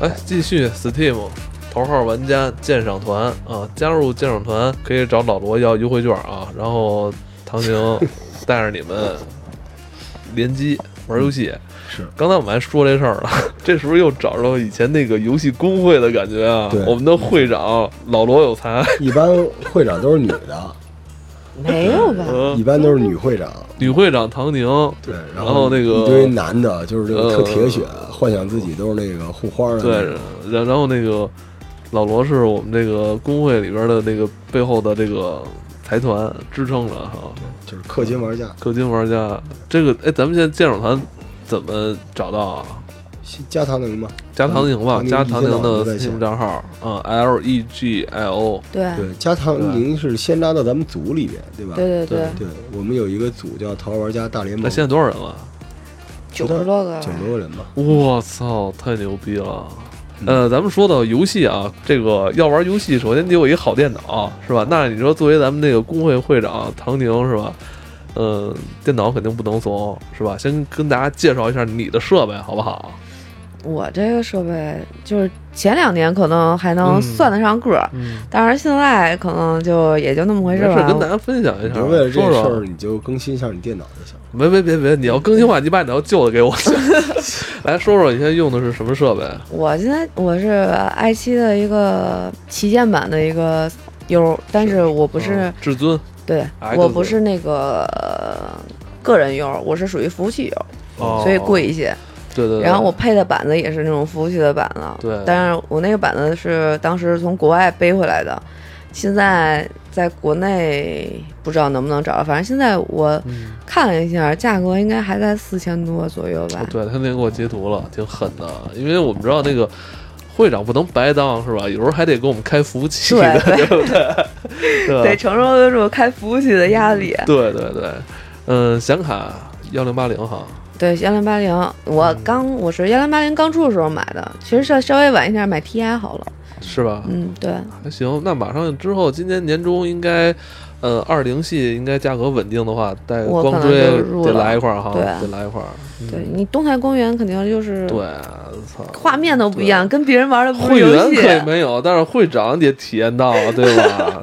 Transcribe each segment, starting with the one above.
哎，继续 Steam 头号玩家鉴赏团啊，加入鉴赏团可以找老罗要优惠券啊，然后唐宁带着你们联机玩游戏。是刚才我们还说这事儿了， 这是不是又找到以前那个游戏工会的感觉啊对？我们的会长老罗有才， 一般会长都是女的，没有吧？一嗯，般都是女会长。 女会长唐宁，对，然后后那个一堆男的，就是那个特呃铁血，幻想自己都是那个护花的。对，，然然后那个老罗是我们这个工会里边的那个背后的这个财团支撑着哈，就是氪金玩家，氪金玩家。这个哎，咱们现在鉴赏团怎么找到啊？加唐宁嘛。嗯加唐宁吧，唐宁加唐宁的一天到晚都在 Steam 线账号，嗯，L E G I O，对对，加唐宁是先拉到咱们组里边，对吧？对对对对，对，我们有一个组叫《桃花玩家大联那盟》，现在多少人了？九十多个，九十多个人吧。我操，太牛逼了！嗯呃，咱们说到游戏啊，这个要玩游戏，首先得有一好电脑，是吧？那你说作为咱们那个工会会长唐宁，是吧？嗯，电脑肯定不能怂，是吧？先跟大家介绍一下你的设备，好不好？我这个设备就是前两年可能还能嗯算得上个儿，嗯，但是现在可能就也就那么回没事儿事，吧。跟大家分享一你下，就为了这说啊事说儿，。你就更新一下你电脑就行。别别别别，你要更新换，你把你要旧的给我。 来说说你现在用的是什么设备？我现在我是 i 七的一个旗舰版的一个 U，但是我不是、嗯至尊对 X 我不是那个、呃个人 U，我是属于服务器 U，、哦，所以贵一些。对。对对。然后我配的板子也是那种服务器的板子，对但是我那个板子是当时从国外背回来的，现在在国内不知道能不能找到，反正现在我嗯看了一下，价格应该还在四千多左右吧。对他那天给我截图了，挺狠的，因为我们知道那个会长不能白当是吧？有时候还得给我们开服务器的，对 对不对？得对承受得住开服务器的压力。对对对，嗯，显卡幺零八零哈，对，幺零八零，我刚嗯我是幺零八零刚出的时候买的，其实稍稍微晚一点买 TI 好了。是吧？嗯，对，还行，那马上之后今年年中应该。呃，二零系应该价格稳定的话，带我光可能追就入得了来一块儿哈，对得来一块儿。对你东海公园肯定就是嗯对，操，画面都不一样，跟别人玩的不是会游员可以戏。没有，但是会长得体验到， 对吧？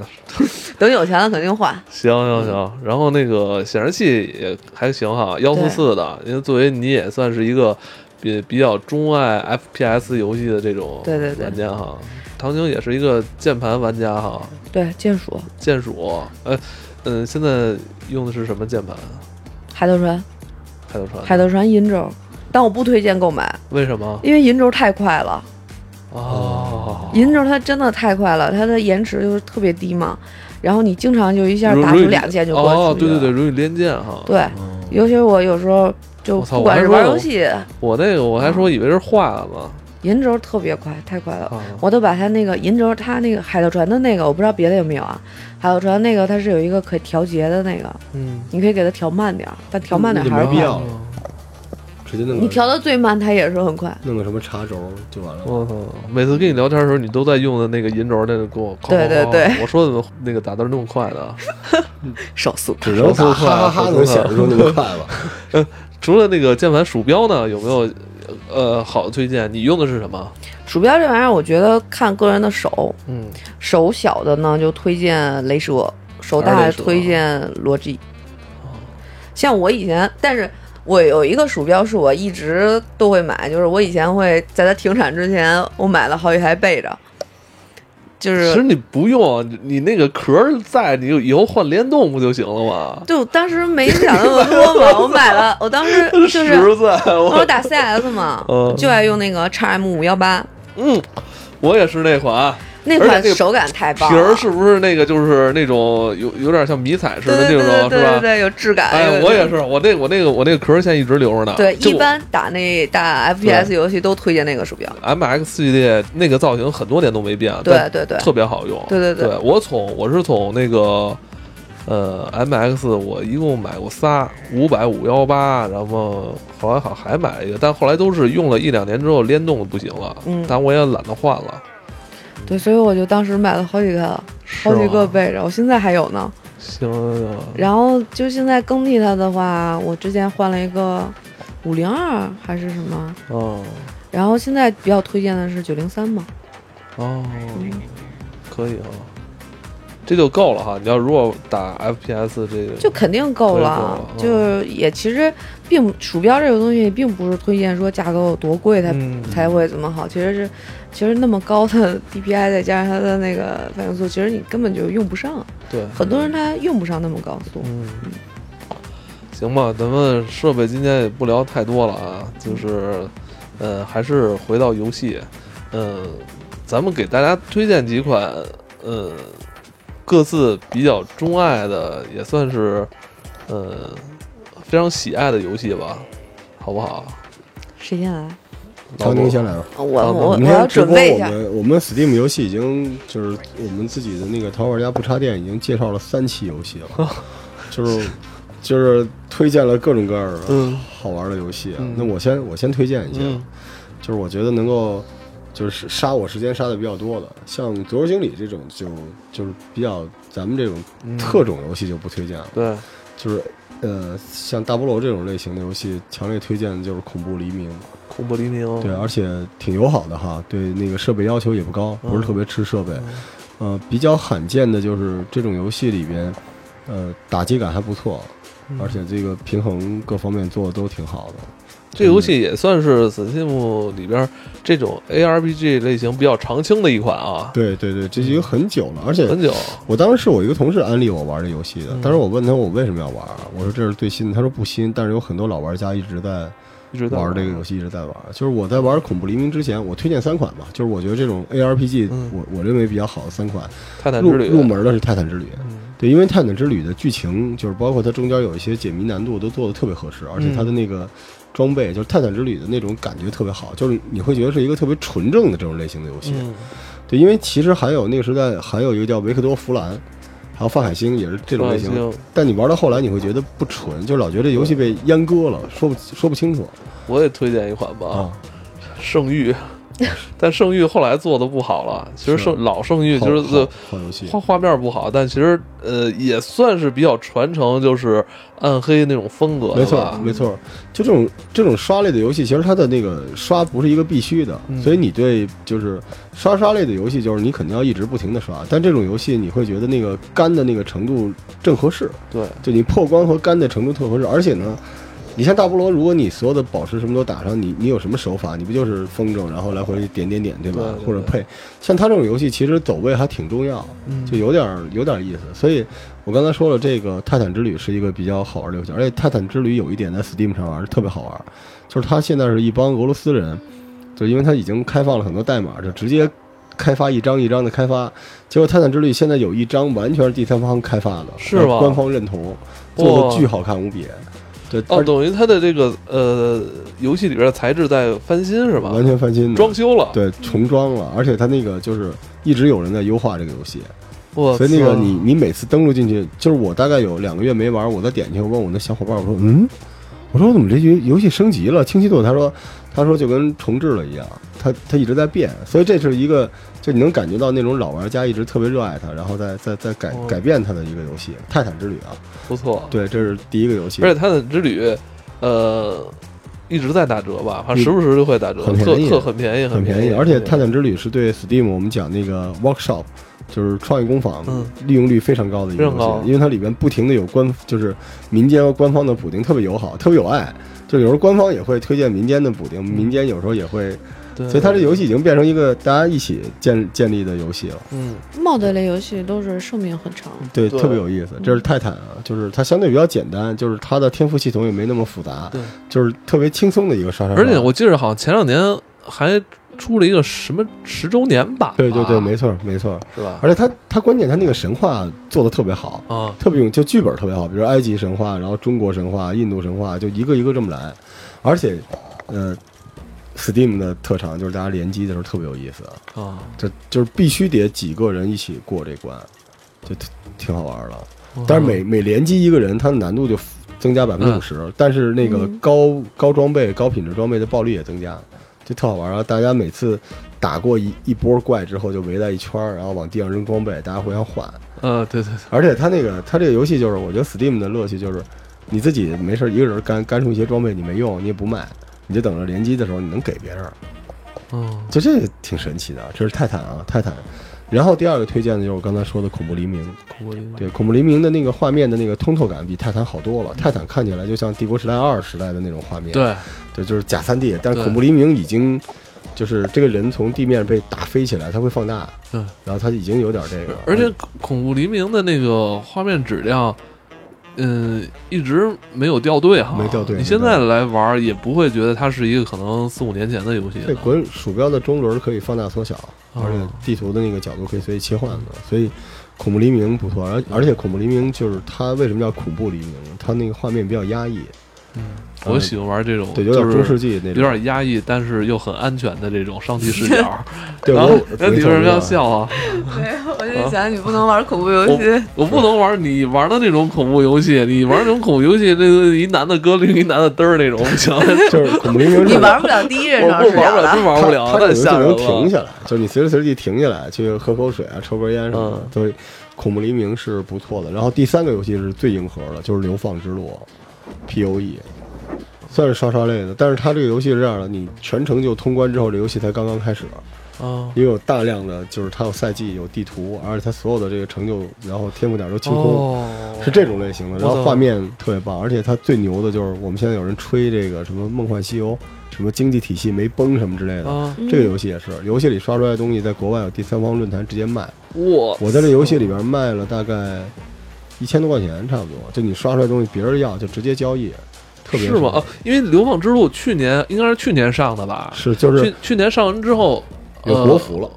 等有钱了肯定换。行行行，然后那个显示器也还行哈，幺四四的，因为作为你也算是一个比比较钟爱 FPS 游戏的这种对对对玩家哈，唐晶也是一个键盘玩家哈，对，键鼠、键鼠，呃，嗯、现在用的是什么键盘？海盗船、海盗船？海盗船银轴，但我不推荐购买，为什么？因为银轴太快了。哦，银轴它真的太快了，它的延迟就是特别低嘛，然后你经常就一下容打容易出两键就过去了。哦，对对对，容易连键哈。对，哦尤其是我有时候就我操不管是我还玩说有游戏，我那个我还说以为是坏了银轴特别快，太快了。呢。啊我都把它那个银轴，它那个海盗船的那个，我不知道别的有没有啊。海盗船那个它是有一个可调节的那个，嗯，你可以给它调慢点儿，但调慢点儿那就还是没必快。要了，直接弄你个调到最慢，它也是很快。弄个什么茶轴就完了。我操！哦每次跟你聊天的时候，你都在用的那个银轴那个给我哐哐哐对对对我说怎么那个打字那么快呢？手速只手能速快打哈哈哈手速能显快示出那么快吧？除了那个键盘鼠标呢，有没有呃好的推荐？你用的是什么？鼠标这玩意儿，我觉得看个人的手，嗯，手小的呢就推荐雷蛇，手大还的是雷蛇啊推荐罗技。像我以前，但是我有一个鼠标是我一直都会买，就是我以前会在它停产之前，我买了好几台备着，就其是实你不用，啊你你那个壳儿在，你以后换联动不就行了吗？就当时没想那么多嘛，我 买了，我当时就是哦实在，我我打 CS 嘛 嗯，就爱用那个 XM 五幺八，嗯，我也是那款那而款且那个手感太皮棒了，儿，是不是那个就是那种有有点像迷彩似对的对那对对种，是对吧？对，有质感。哎，有我也是，我那我那个我那个壳儿现在一直留着呢。对，就一般打那打 FPS 游戏都推荐那个鼠标。 M X 系列那个造型很多年都没变，对但对对，特别好用。对对对我从我是从那个呃 M X，我一共买过仨，五百、五幺八，然后后来好像还买了一个，但后来都是用了一两年之后联动的不行了，嗯但我也懒得换了，对，所以我就当时买了好几个，是好几个吗备着，我现在还有呢。行行行然后就现在更替它的话，我之前换了一个五零二还是什么，哦，然后现在比较推荐的是九零三嘛，哦，嗯可以啊，这就够了哈。你要如果打 FPS 这个，就肯定够了。可以就够了是也其实并鼠标这个东西，并不是推荐说价格有多贵才、嗯才会怎么好，其实是其实那么高的 DPI 再加上它的那个反应速，其实你根本就用不上。对，很多人他用不上那么高速。嗯，行吧，咱们设备今天也不聊太多了啊，就是，呃，还是回到游戏，嗯、咱们给大家推荐几款，呃，各自比较钟爱的，也算是，呃，非常喜爱的游戏吧，好不好？谁先来？ 老唐宁罗先来吧。哦我我我哦明要天直准播备一我下。们我们 Steam 游戏已经就是我们自己的那个淘宝玩家不插电已经介绍了三期游戏哦了，就是就是推荐了各种各样的嗯好玩的游戏啊嗯。那我先我先推荐一下，嗯就是我觉得能够就是杀我时间杀的比较多的，像《足球经理》这种就就是比较咱们这种嗯特种游戏就不推荐了，对，就是呃像大菠萝这种类型的游戏，强烈推荐的就是《恐怖黎明》。恐怖黎明，对，而且挺友好的哈，对那个设备要求也不高，不嗯是特别吃设备。呃，比较罕见的就是这种游戏里边，呃，打击感还不错，嗯而且这个平衡各方面做的都挺好的。这游戏也算是 Steam 里边儿这种 ARPG 类型比较常青的一款啊，对对对，这已经很久了，而且很久，我当时是我一个同事安利我玩这游戏的嗯，当时我问他我为什么要玩，啊我说这是最新的，他说不新，但是有很多老玩家一直在一直在玩这个游戏一直在玩，就是我在玩《恐怖黎明》之前，我推荐三款吧，就是我觉得这种 ARPG，、嗯我我认为比较好的三款，泰坦入之旅入门的是《泰坦之旅》，嗯对，因为《泰坦之旅》的剧情就是包括它中间有一些解谜难度都做的特别合适，而且嗯它的那个装备就是《泰坦之旅》的那种感觉特别好，就是你会觉得是一个特别纯正的这种类型的游戏。嗯对，因为其实还有那个时代还有一个叫维克多·弗兰，还有范海辛也是这种类范海型辛，但你玩到后来你会觉得不纯，就老觉得这游戏被阉割了，说不说不清楚我也推荐一款啊吧，。 圣 域，但圣域后来做的不好了。其实是啊圣老圣域好就是好这好游戏，画画面不好，但其实呃也算是比较传承，就是暗黑那种风格的没错嗯吧，没错，就这种这种刷类的游戏，其实它的那个刷不是一个必须的，嗯所以你对就是刷刷类的游戏，就是你肯定要一直不停的刷，但这种游戏你会觉得那个干的那个程度正合适，对，哦就你破关和干的程度特合适，而且呢。你像大菠萝，如果你所有的宝石什么都打上，你你有什么手法？你不就是风筝，然后来回点点点，对吧？对对对或者配，像它这种游戏，其实走位还挺重要。嗯就有点儿有点儿意思。所以我刚才说了，这个《泰坦之旅》是一个比较好玩的游戏，而且《泰坦之旅》有一点在 Steam 上玩儿特别好玩儿，就是它现在是一帮俄罗斯人，就因为它已经开放了很多代码，就直接开发一张一张的开发。结果《泰坦之旅》现在有一张完全是第三方开发的，是吗官方认同，做哇的巨好看无比。对，哦，而等于它的这个呃游戏里边的材质在翻新是吧？完全翻新的，装修了，对重装了，而且它那个就是一直有人在优化这个游戏。哇塞，所以那个你你每次登录进去，就是我大概有两个月没玩，我都点进去问我那小伙伴，我说嗯，我说我怎么这局游戏升级了？清晰度，他说他说就跟重置了一样，他他一直在变，所以这是一个就你能感觉到那种老玩家一直特别热爱它，然后再再再改哦改变它的一个游戏，《泰坦之旅》啊，不错，对，这是第一个游戏而且，泰坦之旅，呃。一直在打折吧，反正嗯时不时就会打折，很特便宜特很便宜，很便便宜，而且《泰坦之旅》是对 Steam 我们讲那个 Workshop。就是创意工坊嗯利用率非常高的一个游非常高戏，因为它里边不停的有官，就是民间和官方的补丁，特别友好，特别有爱。就有时候官方也会推荐民间的补丁，民间有时候也会，嗯对所以它这游戏已经变成一个大家一起建建立的游戏了。嗯，帽子类游戏都是寿命 很长，对，对嗯特别有意思。这是泰坦啊，就是它相对比较简单，就是它的天赋系统也没那么复杂对，就是特别轻松的一个刷刷刷。而且我记得好像前两年还出了一个什么十周年吧？啊对对对，没错儿没错儿。是吧？而且它它关键它那个神话做的特别好，啊，特别用就剧本特别好，比如埃及神话，然后中国神话、印度神话，就一个一个这么来。而且，呃，Steam 的特长就是大家联机的时候特别有意思，啊，就就是必须得几个人一起过这关，就挺挺好玩的。但是每每联机一个人，它的难度就增加百分之五十，但是那个嗯高高装备、高品质装备的爆率也增加，就特好玩啊！大家每次打过一一波怪之后，就围在一圈儿，然后往地上扔装备，大家互相换。呃，对对而且它那个它这个游戏就是，我觉得 Steam 的乐趣就是，你自己没事儿一个人干干出一些装备你没用，你也不卖，你就等着联机的时候你能给别人，嗯就这个挺神奇的啊，这是泰坦啊，泰坦。然后第二个推荐的就是我刚才说的《恐怖黎明》，恐怖黎明对，《恐怖黎明》的那个画面的那个通透感比泰坦好多了。泰坦看起来就像帝国时代二时代的那种画面，对对，就是假三 D。但是对《恐怖黎明》已经就是这个人从地面被打飞起来，它会放大，对，然后它已经有点这个，而且恐怖黎明的那个画面质量。嗯，一直没有掉队哈，没掉队你现在来玩儿也不会觉得它是一个可能四五年前的游戏了啊这滚鼠标的中轮可以放大缩小，哦而且地图的那个角度可以随意切换的，所以恐怖黎明不错。而而且恐怖黎明就是它为什么叫恐怖黎明？它那个画面比较压抑，我喜欢玩这种，对，有哦就点中世是纪那有种。点压抑，但是又很安全的这种上帝视角。 对，啊我有那你为什么要？笑啊？对，我啊就想你不能玩恐怖游戏，我不能玩你玩的那种恐怖游戏，你玩那种恐怖游戏，那个一男的搁另一男的嘚儿那种，不行，我就是恐怖黎明是， 你玩不了第一人我称不视玩角不了，了真。玩不了，它它太有时吓候人就能停了。下来，就是你随时随地停下来去喝口水啊，抽根烟什么的。所以恐怖黎明是不错的。然后第三个游戏是最硬核的，就是《流放之路》（POE），算是刷刷类的。但是它这个游戏是这样的，你全程就通关之后，这游戏才刚刚开始，啊，因为有大量的就是它有赛季、有地图，而且它所有的这个成就，然后天赋点都清空。哦是这种类型的，然我后懂画面特别棒，而且它最牛的就是我们现在有人吹这个什么《梦幻西游》，什么经济体系没崩什么之类的，啊，这个游戏也是，游戏里刷出来的东西在国外有第三方论坛直接卖。我我在这游戏里边卖了大概一千多块钱，差不多。就你刷出来的东西，别人要就直接交易，特别是吗？啊，因为《流放之路》去年应该是去年上的吧？是就是去去年上完之后，有呃国服了，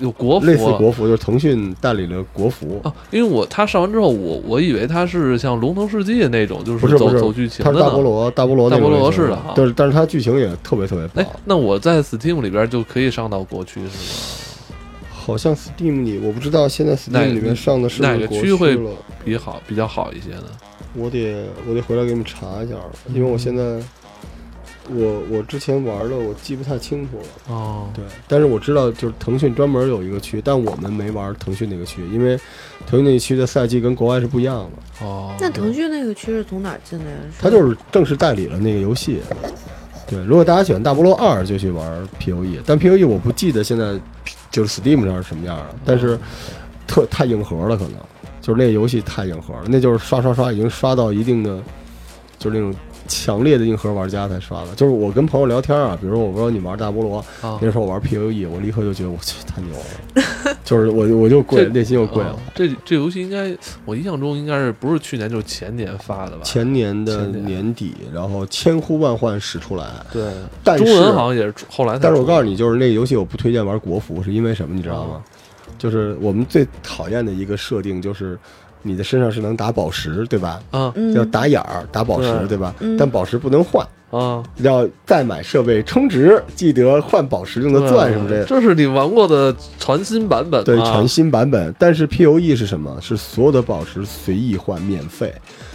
有国服类似了国服，就是腾讯代理了国服，啊，因为我他上完之后，我我以为他是像《龙腾世纪》那种，就不是走不是走剧情它的是大菠呢。萝大菠萝那大菠种萝类型式的哈但是但是它剧情也特别特别棒哎。，那我在 Steam 里边就可以上到国区是吗？好像 Steam 里我不知道现在哪 Steam 里面上的是哪不个是国区会了，比好比较好一些呢？我得我得回来给你们查一下，因为我现在我我之前玩的我记不太清楚了。哦，对，但是我知道就是腾讯专门有一个区，但我们没玩腾讯那个区，因为腾讯那个区的赛季跟国外是不一样的，哦，那腾讯那个区是从哪儿进的呀？它就是正式代理了那个游戏。对，如果大家喜欢大菠萝二，就去玩 POE，但 E POE 我不记得现在就是 Steam 上是什么样了，但是特太硬核了，可能就是那个游戏太硬核了，那就是刷刷刷已经刷到一定的，就是那种强烈的硬核玩家才刷的。就是我跟朋友聊天啊，比如说我说你玩大菠萝，啊，那时候我玩 POE，我立刻就觉得我去太牛了，就是我我就 跪，这内心又跪啊了。这这游戏应该，我印象中应该是不是去年就是前年发的吧？前年的前年年底，然后千呼万唤始出来，对，但是中文好像也是出后来才出的。但是我告诉你，就是那个游戏我不推荐玩国服，是因为什么你知道吗？就是我们最讨厌的一个设定就是你的身上是能打宝石，对吧？啊要嗯，打眼儿、打宝石，对对吧嗯？但宝石不能换，啊，要再买设备充值，记得换宝石用的钻什么之类的。啊这是你玩过的全新版本吗？啊对，全新版本。但是 P O E 是什么？是所有的宝石随意换，免费。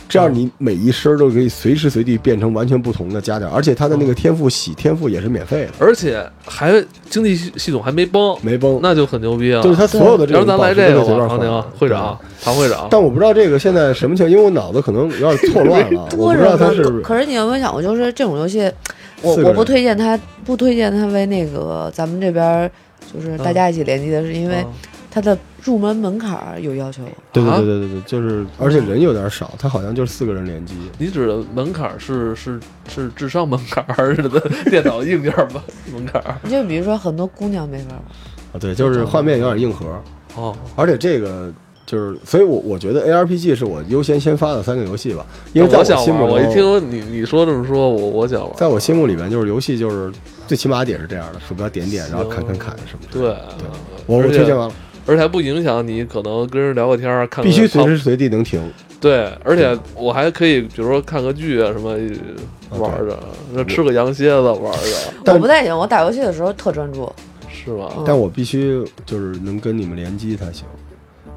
这样你每一身都可以随时随地变成完全不同的加点儿，而且它的那个天赋洗天赋也是免费的，而且还经济系统还没崩，没崩。那就很牛逼啊！就是它所有的这要种是咱宝来石这都可个以随吧，便唐宁换。会长，啊唐会长，啊但我不知道这个现在什么情况，因为我脑子可能有点错乱了，我多不知人道它玩是可可是你有没有想过，就是这种游戏，我四个我不人推荐它，不推荐它为那个咱们这边儿就是大嗯家一起联机的，是因为啊它的入门门槛儿有要求。对啊对对对对对，就是而且人有点少，它好像就是四个人联机。你指的门槛是是是智商门槛还是电脑硬件吧门槛？就比如说很多姑娘没法玩，啊，对，就是画面有点硬核，哦，而且这个就是，所以我我觉得 A R P G 是我优先先发的三个游戏吧，因为在我想心玩，目我一中，听你你说这么说，我我想玩。在我心目里边就是游戏就是最起码得是这样的，鼠标点点，然后砍砍砍什么之类对的。，我我而且推荐完了，而且还不影响你可能跟人聊个天儿，看个必须随看时随地能停。对，而且我还可以，比如说看个剧啊什么呃啊玩儿着，那吃个羊蝎子玩儿着，但我不太行，我打游戏的时候特专注。是吧？但我必须就是能跟你们联机才行，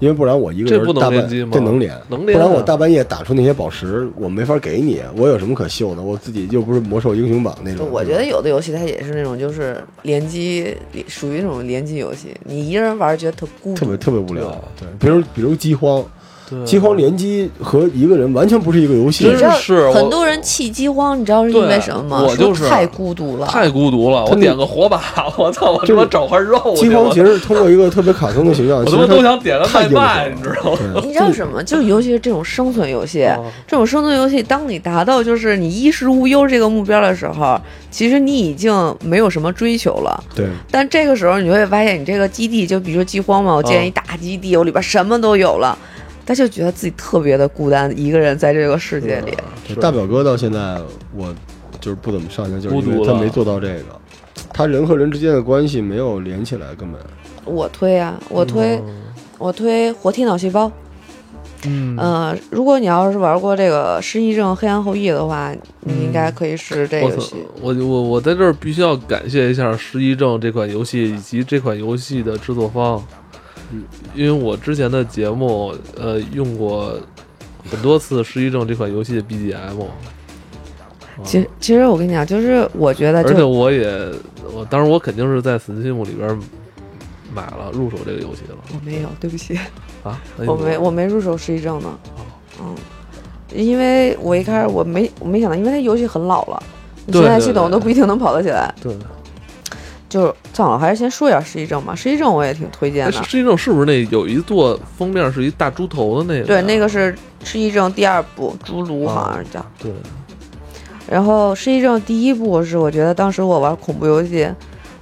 因为不然我一个人这不能大半联机吗这能连，能连啊不然我大半夜打出那些宝石，我没法给你，我有什么可秀的？我自己又不是魔兽英雄榜那种。我对觉吧得有的游戏它也是那种就是联机，属于那种联机游戏，你一个人玩儿觉得特孤特独别。特别无聊。对，比如比如饥荒，啊对啊饥荒联机和一个人完全不是一个游戏你真知。道是很我多人气饥荒，你知道是因为什么吗？对我说就是太孤独了，太孤独了，他我那点个火把，我操，我他就妈是找块肉去饥荒我其实通过一个特别卡通的形 象，我其他实妈都它想点个外太硬核卖，了你知道吗？对你知道什么？就尤其是这种生存游戏，啊这种生存游戏，当你达到就是你衣食无忧这个目标的时候，其实你已经没有什么追求了。对，但这个时候你就会发现，你这个基地，就比如说饥荒嘛，我建嗯一大基地，我里边什么都有了，他就觉得自己特别的孤单，一个人在这个世界里。是大表哥到现在我就是不怎么上心，就是孤因独为他了没做到这个，他人和人之间的关系没有连起来，根本。我推啊，我嗯推，我推活体脑细胞。嗯，嗯，如果你要是玩过这个《失忆症：黑暗后裔》的话，你应该可以试试这个我游操戏。嗯我我我在这儿必须要感谢一下《失忆症》这款游戏以及这款游戏的制作方，因为我之前的节目呃用过很多次《失忆症》这款游戏的 BGM，其实，其实我跟你讲，就是我觉得而且就我也我当然我肯定是在 Steam 里边买了入手这个游戏了我没有，对不起，啊，那你我没我没入手失忆症呢。哦嗯，因为我一开始我没我没想到，因为它游戏很老了，你对现在对系统对都不一定能跑得起来。对，就是算了，还是先说一下失忆症吧。失忆症我也挺推荐哎的《失忆症》是不是那有一座封面是一大猪头的那个？对，那个是失忆症第二部《侏儒》，啊好像是叫。对，然后失忆症第一部是我觉得当时我玩恐怖游戏，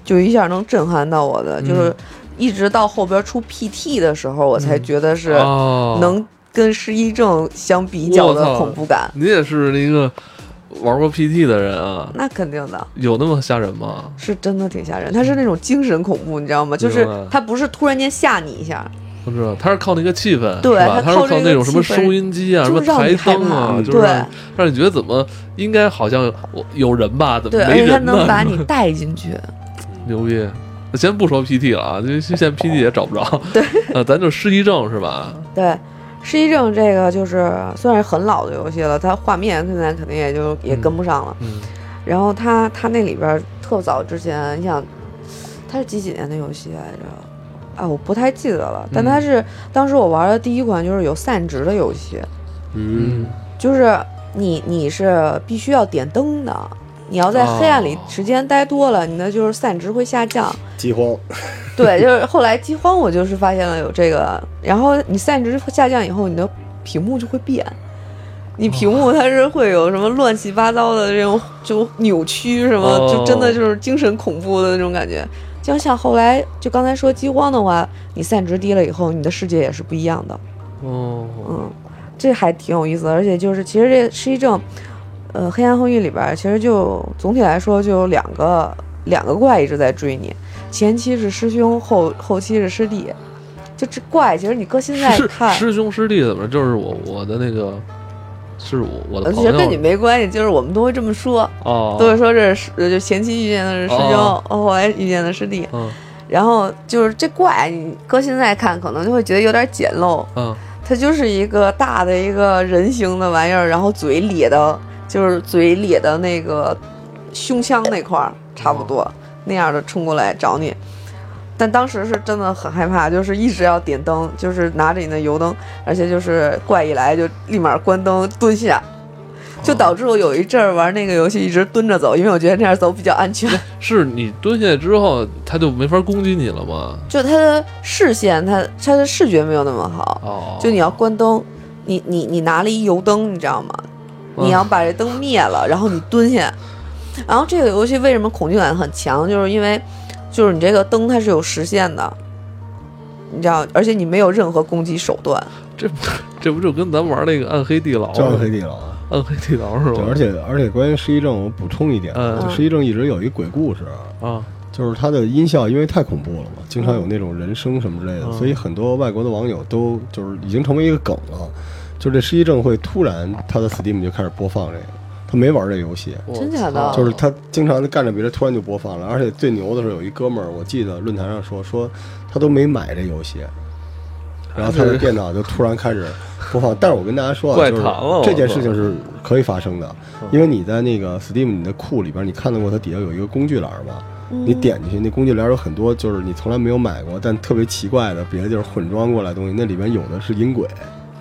就一下能震撼到我的，嗯就是一直到后边出 PT 的时候，我才觉得是哦，能跟失忆症相比较我的操恐怖感。你也是那个玩过 PT 的人啊？那肯定的，有那么吓人吗？是真的挺吓人。它是那种精神恐怖，你知道吗？就是明白它不是突然间吓你一下，不知道，他是靠那个气氛，对是吧？他他靠是靠这个那种什么气氛收音机啊，什就么是让台你害灯怕。啊，嗯就是对让让你觉得怎么应该好像我有人吧，怎对，么而没且它人能呢？把你带进去。 牛逼！先不说 PT 了啊，因为现在 PT 也找不着。对， 呃，咱就失忆症是吧？对，失忆症这个就是算是很老的游戏了，它画面现在肯定也就也跟不上了。嗯然后它它那里边儿特早之前，你想，它是几几年的游戏来着？啊，我不太记得嗯了。但它是、当时我玩的第一款就是有散值的游戏，嗯，就是你你是必须要点灯的。你要在黑暗里哦时间待多了，你的就是散值会下降。饥荒， 对，就是后来饥荒，我就是发现了有这个，然后你散值下降以后，你的屏幕就会变，你屏幕它是会有什么乱七八糟的这种就扭曲什么，就真的就是精神恐怖的那种感觉。就像后来就刚才说饥荒的话，你散值低了以后，你的世界也是不一样的。哦，嗯，这还挺有意思的，而且就是其实这失忆症，呃，黑暗后裔里边儿其实就总体来说就有两个两个怪一直在追你，前期是师兄，后后期是师弟，就这怪其实你搁现在师看，师兄师弟怎么就是我我的那个是我我的呃其朋实跟你友没关系，就是我们都会这么说，哦，都会说这是呃就前期遇见的是师兄，哦后来遇见的师弟，嗯然后就是这怪你搁现在看可能就会觉得有点简陋，嗯，它就是一个大的一个人形的玩意儿，然后嘴咧的，就是嘴咧的那个胸腔那块儿差不多、那样的冲过来找你。但当时是真的很害怕，就是一直要点灯，就是拿着你的油灯，而且就是怪一来就立马关灯蹲下，就导致我有一阵儿玩那个游戏一直蹲着走，因为我觉得那样走比较安全。是你蹲下之后他就没法攻击你了吗？就它的视线，它它的视觉没有那么好，哦，就你要关灯，你你你拿了一油灯，你知道吗？嗯你要把这灯灭了，然后你蹲下。然后这个游戏为什么恐惧感很强，就是因为就是你这个灯它是有时限的，你知道，而且你没有任何攻击手段。这不这不就跟咱玩那个暗黑地牢这样似黑的地牢啊。暗黑地牢是对，而吧？且而且关于失忆症，我补充一点，啊嗯就失忆症一直有一鬼故事，啊，就是它的音效因为太恐怖了嘛，经常有那种人声什么之类的，嗯所以很多外国的网友都就是已经成为一个梗了，就是这失忆症会突然他的 Steam 就开始播放这个，他没玩这游戏。我真假的操就是他经常干着别的，突然就播放了，而且最牛的是有一哥们儿，我记得论坛上说说他都没买这游戏，然后他的电脑就突然开始播放。但是我跟大家说啊，怪就是谈了嗯这件事情是可以发生的，因为你在那个 Steam 你的库里边，你看到过它底下有一个工具栏吧？嗯你点进去，那工具栏有很多就是你从来没有买过，但特别奇怪的别的地儿混装过来的东西，那里边有的是音轨，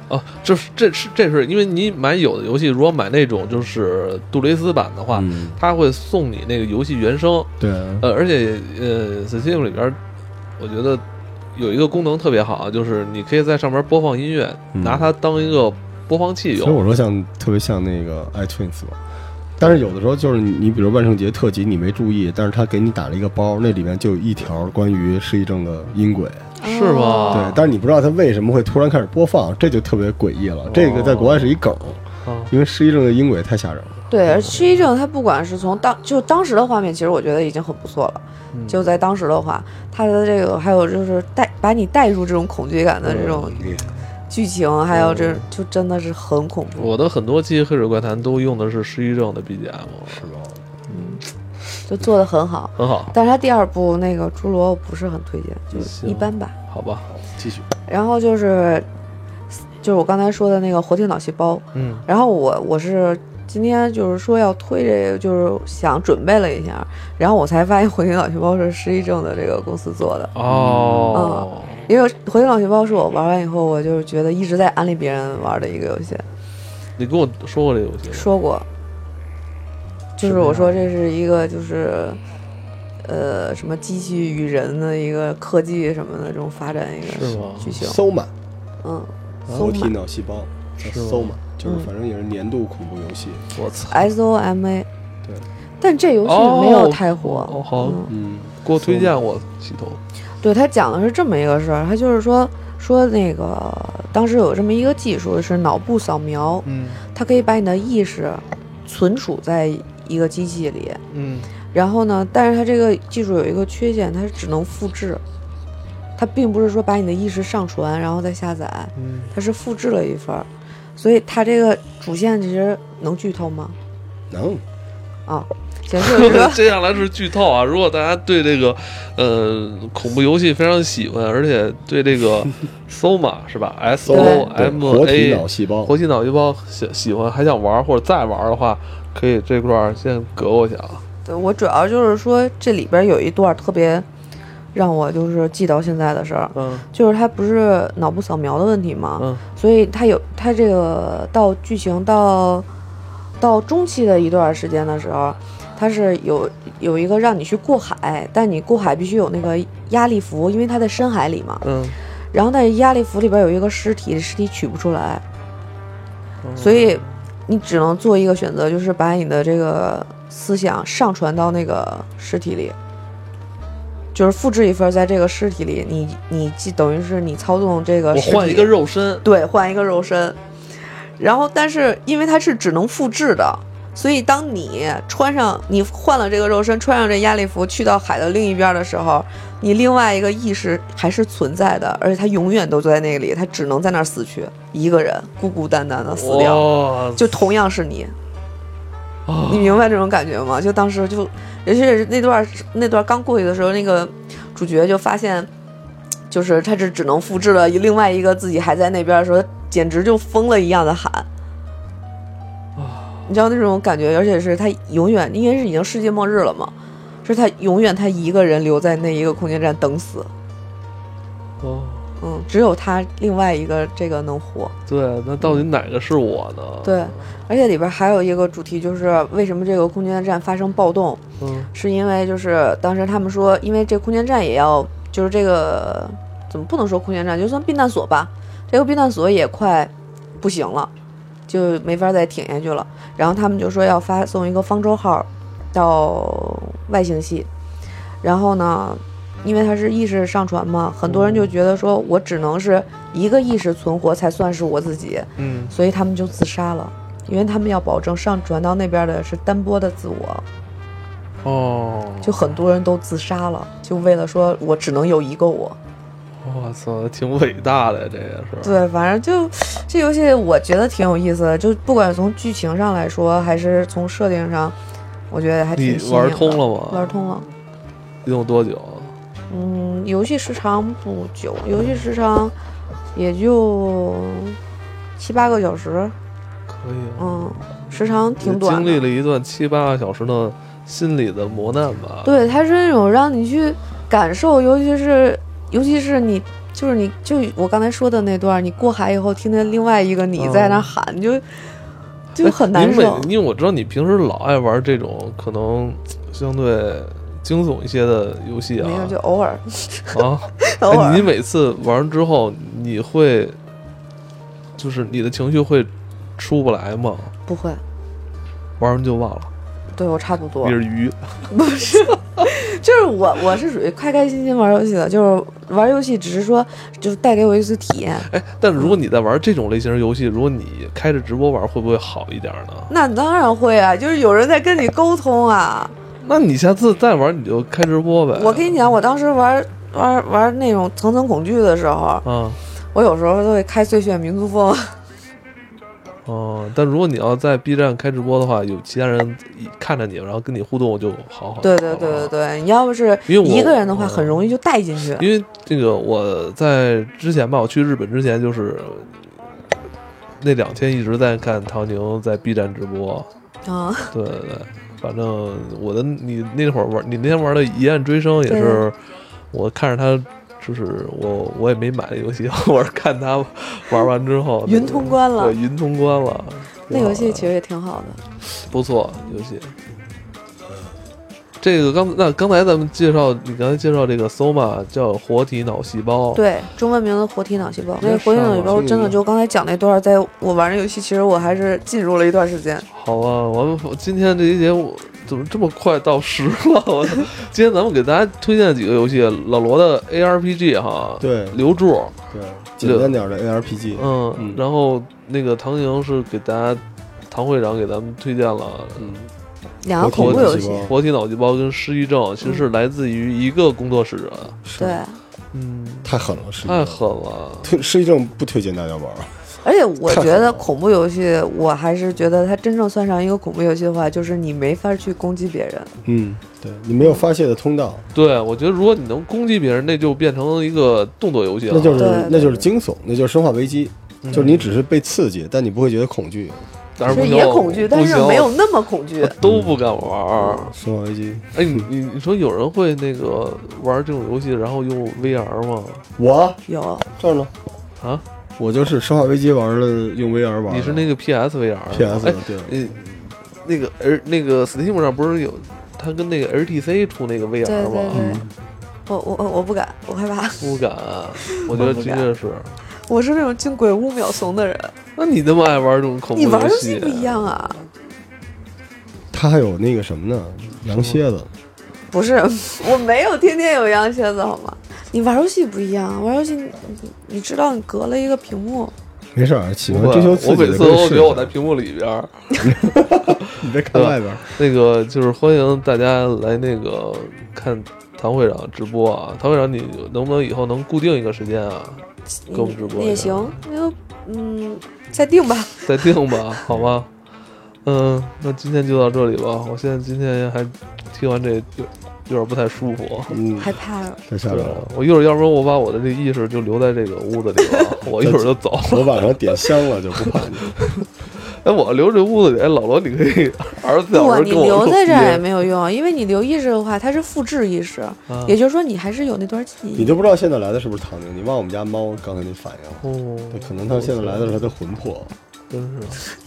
啊，这是这是这是因为你买有的游戏，如果买那种就是杜蕾斯版的话，嗯，它会送你那个游戏原声，对，呃，而且呃，Steam 里边儿，我觉得有一个功能特别好，就是你可以在上面播放音乐，嗯拿它当一个播放器所以用。我说像特别像那个 iTunes 嘛。但是有的时候就是你，你比如万圣节特辑你没注意，但是他给你打了一个包，那里面就有一条关于失忆症的音轨，是吗对，但是你不知道他为什么会突然开始播放，这就特别诡异了。这个在国外是一梗，啊，因为失忆症的音轨太吓人了。对，而失忆症它不管是从当就当时的画面，其实我觉得已经很不错了。嗯就在当时的话，它的这个还有就是带把你带入这种恐惧感的这种剧情，还有这就真的是很恐怖。嗯我的很多期《黑水怪谈》都用的是失忆症的 BGM，是吧？就做的很好。很好，但是它第二部那个侏罗我不是很推荐，就是行一般吧。好吧，继续。然后就是就是我刚才说的那个活体脑细胞，嗯然后我我是今天就是说要推这个，就是想准备了一下，然后我才发现活体脑细胞是失忆症的这个公司做的。哦，因为活体脑细胞是我玩完以后，我就是觉得一直在安利别人玩的一个游戏，你跟我说过这个游戏吗？说过，就是我说这是一个就是，呃，什么机器与人的一个科技什么的这种发展一是吗个剧情，搜满嗯，活体松脑细胞，叫是吗搜满，就是嗯反正也是年度恐怖游戏。我操， S O M A，对，但这游戏哦没有太火，哦好嗯嗯，给我推荐我系统，对他讲的是这么一个事儿，他就是说说那个当时有这么一个技术是脑部扫描，嗯它可以把你的意识存储在一个机器里，嗯，然后呢，但是它这个技术有一个缺陷，它是只能复制，它并不是说把你的意识上传然后再下载，嗯它是复制了一份儿，所以它这个主线其实能剧透吗？能啊，行，就 是说接下来是剧透啊！如果大家对这个，呃，恐怖游戏非常喜欢，而且对这 个 Soma 是吧？S 搜 O 对 M 活体脑 A 细胞，活体脑细胞喜喜欢还想玩或者再玩的话，可以这块儿先隔过去啊。对我主要就是说这里边有一段特别让我就是记到现在的事儿，嗯就是它不是脑部扫描的问题嘛，嗯所以它有它这个到剧情到到中期的一段时间的时候，它是有有一个让你去过海，但你过海必须有那个压力服，因为它在深海里嘛。嗯，然后在压力服里边有一个尸体，尸体取不出来，嗯所以你只能做一个选择，就是把你的这个思想上传到那个尸体里，就是复制一份在这个尸体里，你你既等于是你操纵这个我尸体，换一个肉身，对，换一个肉身。然后，但是因为它是只能复制的，所以当你穿上你换了这个肉身，穿上这压力服，去到海的另一边的时候，你另外一个意识还是存在的，而且它永远都在那里，它只能在那儿死去，一个人孤孤单单的死掉。哇就同样是你，啊你明白这种感觉吗？就当时就，尤其是那段那段刚过去的时候，那个主角就发现，就是他这只能复制了另外一个自己还在那边的时候，简直就疯了一样的喊。你知道那种感觉，而且是他永远，因为是已经世界末日了嘛，是他永远他一个人留在那一个空间站等死，哦，嗯，只有他另外一个这个能活，对，那到底哪个是我呢？，对，而且里边还有一个主题就是为什么这个空间站发生暴动，嗯是因为就是当时他们说，因为这空间站也要，就是这个怎么不能说空间站，就算避难所吧，这个避难所也快不行了，就没法再挺下去了。然后他们就说要发送一个方舟号到外星系，然后呢，因为它是意识上传嘛，很多人就觉得说我只能是一个意识存活才算是我自己，嗯，所以他们就自杀了。因为他们要保证上传到那边的是单波的自我，哦，就很多人都自杀了，就为了说我只能有一个我。我操，挺伟大的，这个是。对，反正就这游戏我觉得挺有意思的，就不管从剧情上来说，还是从设定上，我觉得还挺你新颖的玩通了吗？玩通了，用多久？嗯，游戏时长不久，游戏时长也就七八个小时，可以啊。嗯，时长挺短经历的。了一段七八个小时的心理的磨难吧。对，它是那种让你去感受，尤其是尤其是你就是你就我刚才说的那段，你过海以后听见另外一个你在嗯那喊，你就哎就很难你每受。因为我知道你平时老爱玩这种可能相对惊悚一些的游戏啊没有，就偶 尔啊， 偶哎你尔，每次玩之后，你会就是你的情绪会出不来吗？不会，玩完就忘了，对我差不多你。是鱼，不是，就是我我是属于开开心心玩游戏的，就是玩游戏只是说就是带给我一次体验。哎，但如果你在玩这种类型的游戏，如果你开着直播玩，会不会好一点呢？那当然会啊，就是有人在跟你沟通啊。那你下次再玩你就开直播呗。我跟你讲，我当时玩玩玩那种层层恐惧的时候，啊我有时候都会开最炫民 族风，哦、但如果你要在 B 站开直播的话，有其他人看着你，然后跟你互动，就好好。对对对啊对对，你要不是因为我一个人的话，嗯很容易就带进去。因为这个，我在之前吧，我去日本之前就是那两天一直在看唐宁在 B 站直播， 啊，对对对，反正我的你那会儿玩，你那天玩的《一案追声》也对是我看着他。就是我，我也没买那游戏， 我是看他玩完之后云通关了对，云通关了。那游戏其实实也挺好的。不错，游戏。这个刚那刚才咱们介绍，你刚才介绍这个 Soma 叫活体脑细胞，对，中文名字《活体脑细胞》，那没个事活体脑细啊胞真的就刚才讲那段，在我玩那游戏，其实我还是进入了一段时间。好啊，我们今天这一节目怎么这么快到十了？我 操今天咱们给大家推荐几个游戏，老罗的 ARPG 哈，对留住，对，简单点儿的 ARPG，嗯，嗯然后那个唐宁是给大家，唐会长给咱们推荐了。嗯，两个活恐怖体脑游细戏，胞活体脑细胞跟失忆症其实是来自于一个工作室，对，嗯，太狠了，是太狠了，推失忆症不推荐大家玩儿，而且我太觉好得了恐怖游戏，我还是觉得它真正算上一个恐怖游戏的话，就是你没法去攻击别人。嗯，对你没有发泄的通道，对我觉得如果你能攻击别人，那就变成一个动作游戏了，那就是对对那就是惊悚，那就是生化危机，嗯就是你只是被刺激，但你不会觉得恐惧。但是其不实行也恐惧，但是不行没有那么恐惧。都不敢玩儿。生化危机，哎，你你你说有人会那个玩这种游戏，然后用 VR 吗？我有，这儿呢，啊，我就是生化危机玩了，用 VR 玩的。你是那个 PS VR 吗 PS 哎的，对，嗯，那个 R 那个 Steam 上不是有它跟那个 RTC 出那个对 VR 对吗？对嗯，我我我我不敢，我害怕，不敢，我觉得不真敢的是。我是那种进鬼屋秒怂的人。那你那么爱玩这种恐怖你玩游戏戏不一样啊，它还有那个什么呢？羊蝎子，不是， 我没有天天有羊蝎子好吗？你玩游戏不一样，玩游戏你你你知道你隔了一个屏幕，没事儿，喜不欢会啊追求刺我激每的次可以都试觉一得我在下。屏幕里边儿，你别看外边儿，那个就是欢迎大家来那个看唐会长直播啊，唐会长你能不能以后能固定一个时间啊，给我们直播一下也行，那就嗯再定吧。再定吧，好吗？嗯，那今天就到这里吧。我现在今天还听完这有有点不太舒服，嗯，害怕了，太吓对人了。我一会儿要不然我把我的这意识就留在这个屋子里了，我一会儿就走。我晚上点香了就不怕你。哎，我留这屋子里，哎，老罗你可以二十四不小啊，时你跟我留录在这儿也音没有用，因为你留意识的话，它是复制意识，啊也就是说你还是有那段记你忆。都不知道现在来的是不是唐宁，你忘我们家猫刚才那反应了。哦对，可能它现在来的是它的魂魄，真是